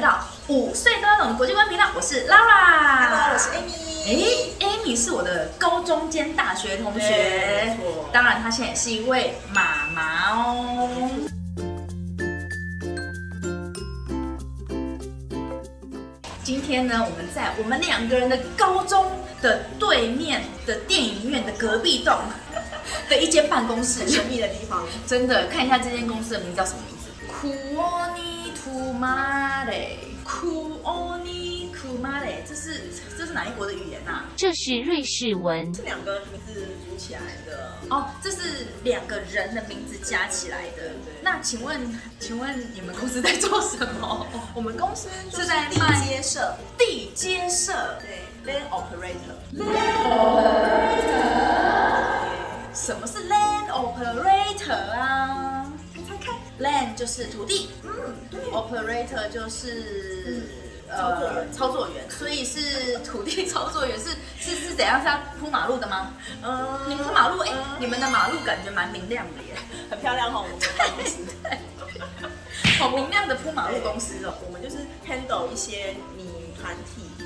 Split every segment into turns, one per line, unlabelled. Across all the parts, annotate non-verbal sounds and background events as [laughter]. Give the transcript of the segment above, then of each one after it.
到五岁都要懂的国际观频道，我是 Lara。
Hello，我是 Amy。
哎，Amy 是我的高中兼大学同
对
学
没错，
当然她现在也是一位妈妈哦。今天呢，我们在我们两个人的高中的对面的电影院的隔壁栋的一间办公室，
很神秘的地方，
真的看一下这间公司的名字叫什么名字？库奥尼图马雷，库奥尼库马雷，这是这是哪一国的语言啊呐、
这是瑞士文。
这两个名字组起来的，
哦，这是两个人的名字加起来的
对对。
那请问，请问你们公司在做什么？
我们公司就是
在
地
卖
接社，
地接社，
对，Land Operator。
什么是 land operator 啊？看看，land 就是土地，
嗯，对，
operator 就是
操作
呃
员
操作员，所以是土地操作员，是是是怎样？是要铺马路的吗？
嗯
你们铺马路，哎、
嗯
你们的马路感觉蛮明亮的耶，
很漂亮哈，我们办公室。哦
好明亮的铺马路公司哦。
我们就是 handle 一些你团体，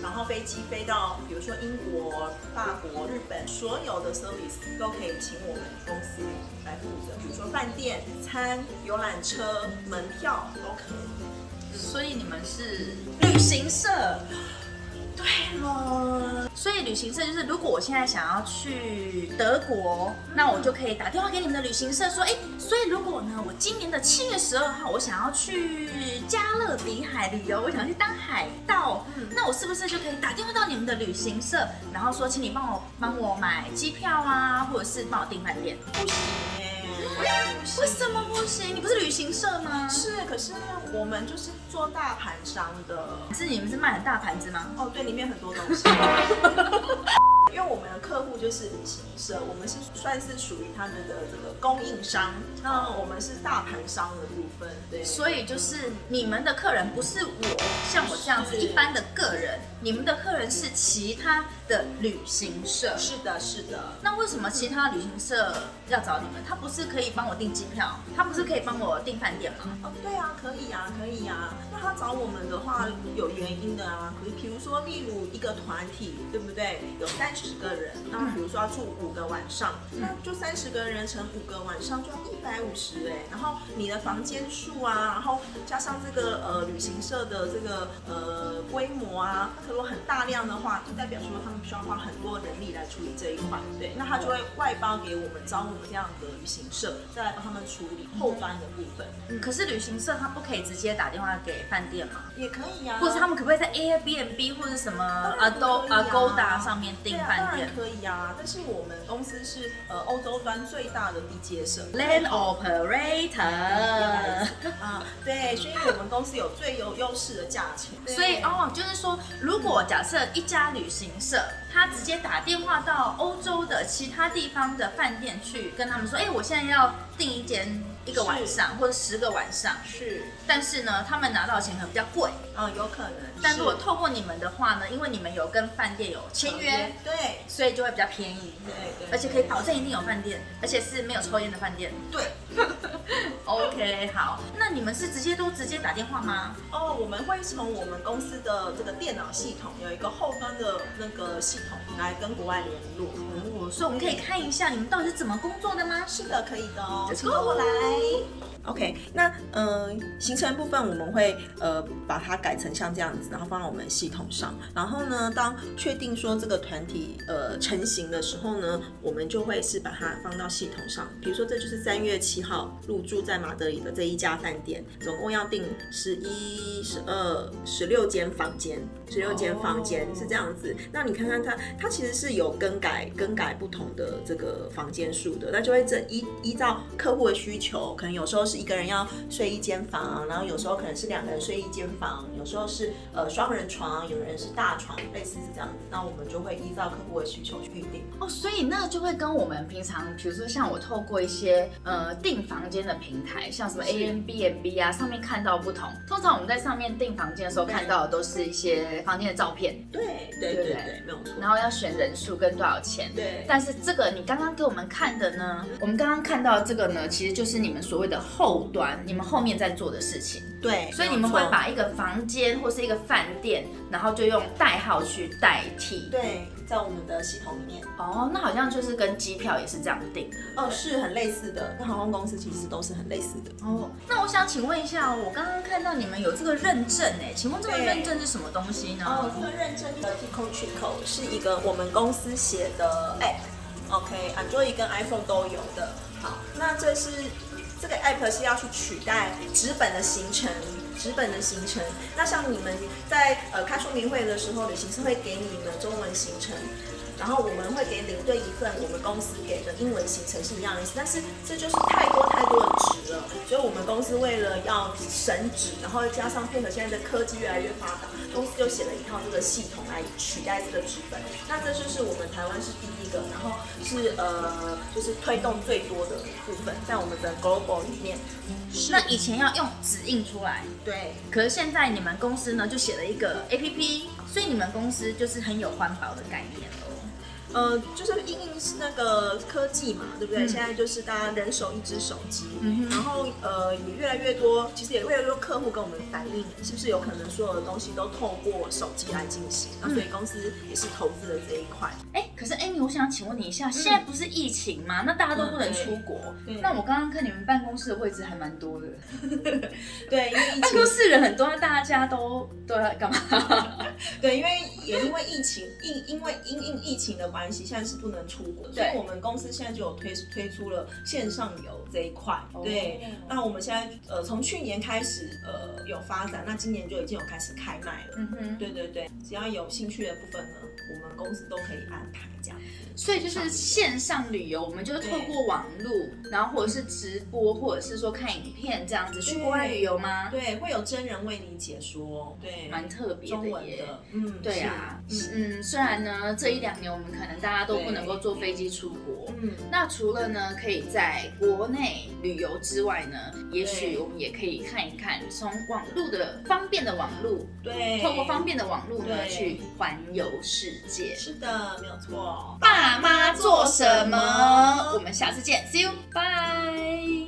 然后飞机飞到比如说英国、法国、日本，所有的 service 都可以请我们公司来负责，比如说饭店、餐、游览车、门票都可以。
所以你们是旅行社，
对了，
所以旅行社就是，如果我现在想要去德国，那我就可以打电话给你们的旅行社说，哎、所以如果呢，我今年的七月十二号，我想要去加勒比海旅游，我想去当海盗，
嗯
那我是不是就可以打电话到你们的旅行社，然后说，请你帮我帮我买机票啊，或者是帮我订饭店？
不行哎、
为什么不行？你不是旅行社吗？
是，可是我们就是做大盘商的。
是你们是卖很大盘子吗？
哦，对，里面很多东西。 [laughs] 因为我们的客户就是旅行社，我们是算是属于他们的这个供应商，那我们是大盘商的部分，对。
所以就是你们的客人不是我像我这样子
是
一般的个人，你们的客人是其他的旅行社。
是的，是的，
那为什么其他旅行社要找你们？他不是可以帮我订机票，他不是可以帮我订饭店吗？
哦，对啊，可以啊，可以啊。那他找我们的话有原因的啊，可比如说，例如一个团体，对不对？有三十个人，那比如说要住五个晚上，那就三十个人乘五个晚上就要一百五十哎。然后你的房间数啊，然后加上这个呃旅行社的这个呃规模啊，如果很大量的话，就代表说他们需要花很多人力来处理这一块，对，那他就会外包给我们，找我们这样的旅行社，再来帮他们处理后端的部分。
可是旅行社他不可以直接打电话给饭店吗？
也可以啊，
或者他们可不可以在 Airbnb 或者什么
然
Ado
可以啊
Agoda 上面
对
订
啊，
饭
当
店
然可以啊。但是我们公司是呃欧洲端最大的地接社。
？Land Operator。
啊， [laughs] 对，所以我们公司有最有优势的价钱，
所以哦，就是说，如果假设一家旅行社，他直接打电话到欧洲的其他地方的饭店去跟他们说，哎、我现在要订一间一个晚上或者十个晚上，
是，
但是哦呢，他们拿到的钱可能比较贵。
嗯，有可能。
但如果
是
透过你们的话呢，因为你们有跟饭店有签约，，
对
所以就会比较便宜，
对对，
而且可以保证一定有饭店，而且是没有抽烟的饭店。
对。
OK，好，那你们是直接都直接打电话吗？
哦，我们会从我们公司的这个电脑系统有一个后端的那个系统来跟国外联络。
哦，所以我们可以看一下你们到底是怎么工作的吗？
是的，可以的哦，
Let's
请跟我来。OK，那呃，行程部分我们会呃把它改成像这样子，然后放到我们系统上。然后呢，当确定说这个团体呃成型的时候呢，我们就会是把它放到系统上。比如说，这就是三月七号入住在马德里的这一家饭店，总共要订十一、十二、十六间房间，十六间房间
哦
是这样子。那你看看它，它其实是有更改更改不同的这个房间数的，那就会这依依照客户的需求，可能有时候是一个人要睡一间房，然后有时候可能是两个人睡一间房，有时候是呃双人床，有人是大床，类似是这样子。那我们就会依照客户的需求去预定。
哦，所以那就会跟我们平常，比如说像我透过一些呃订房间的平台，像什么
是
A N B N B 啊，上面看到不同。通常我们在上面订房间的时候，看到的都是一些房间的照片，
对
对
对对
对
对，没有错。
然后要选人数跟多少钱。
对
但是这个你刚刚给我们看的呢，我们刚刚看到这个呢，其实就是你们所谓的后后端，你们后面在做的事情。
对，
所以
没
你
有
们会
错
把一个房间或是一个饭店，然后就用代号去代替。
对在我们的系统里面，
哦，那好像就是跟机票也是这样定的。
哦，是很类似的，跟航空公司其实都是很类似的。
哦，那我想请问一下，哦我刚刚看到你们有这个认证哎，请问这个
对
认证是什么东西呢？
哦，这个认证的 Tico Chico 是一个我们公司写的 App，OK，Android、跟 iPhone 都有的。好，那这是这个 App 是要去取代纸本的行程。纸本的行程，那像你们在呃开说明会的时候，旅行社会给你们中文行程，然后我们会给领队一份我们公司给的英文行程是一样的意思，但是这就是太多太多的值了，所以我们公司为了要省纸，然后加上配合现在的科技越来越发达，公司就写了一套这个系统来取代这个纸本。那这就是我们台湾是第一个，然后是呃就是推动最多的部分，在我们的 global 里面。
那以前要用纸印出来，
对，
可是现在你们公司呢就写了一个 APP，所以你们公司就是很有环保的概念哦。
呃，就是因应是那个科技嘛，对不对？
嗯
现在就是大家人手一只手机，
嗯哼
然后呃也越来越多，其实也越来越多客户跟我们反映，是不是有可能所有的东西都透过手机来进行？那所以公司也是投资了这一块。
哎，可是 Amy，我想请问你一下，现在不是疫情吗？那大家都不能出国，
对
那我刚刚看你们办公室的位置还蛮多的，
对，因为疫
办
情
公，室人很多，那大家都都在干嘛？
对，因为也因为疫情，因因为因应疫情的关系，现在是不能出国，所
对
以我们公司现在就有推推出了线上游这一块。
哦
对，那我们现在呃从去年开始呃有发展，那今年就已经有开始开卖了。
嗯哼，
对对对，只要有兴趣的部分呢，我们公司都可以安排这样。
所以就是线上旅游，我们就是透过网络，然后或者是直播，或者是说看影片这样子去国外旅游吗？
对，会有真人为你解说，对，
蛮特别
中
的
文
耶。
的，嗯，
对啊，
是
嗯，虽然呢这一两年我们可能大家都不能够坐飞机出国，
嗯，
那除了呢可以在国内旅游之外呢，也许
对
我们也可以看一看从网络的方便的网络，
对，
透过方便的网络呢
对
去环游世界。
是的，没有错。
爸妈做什么？我们下次见，See you，拜。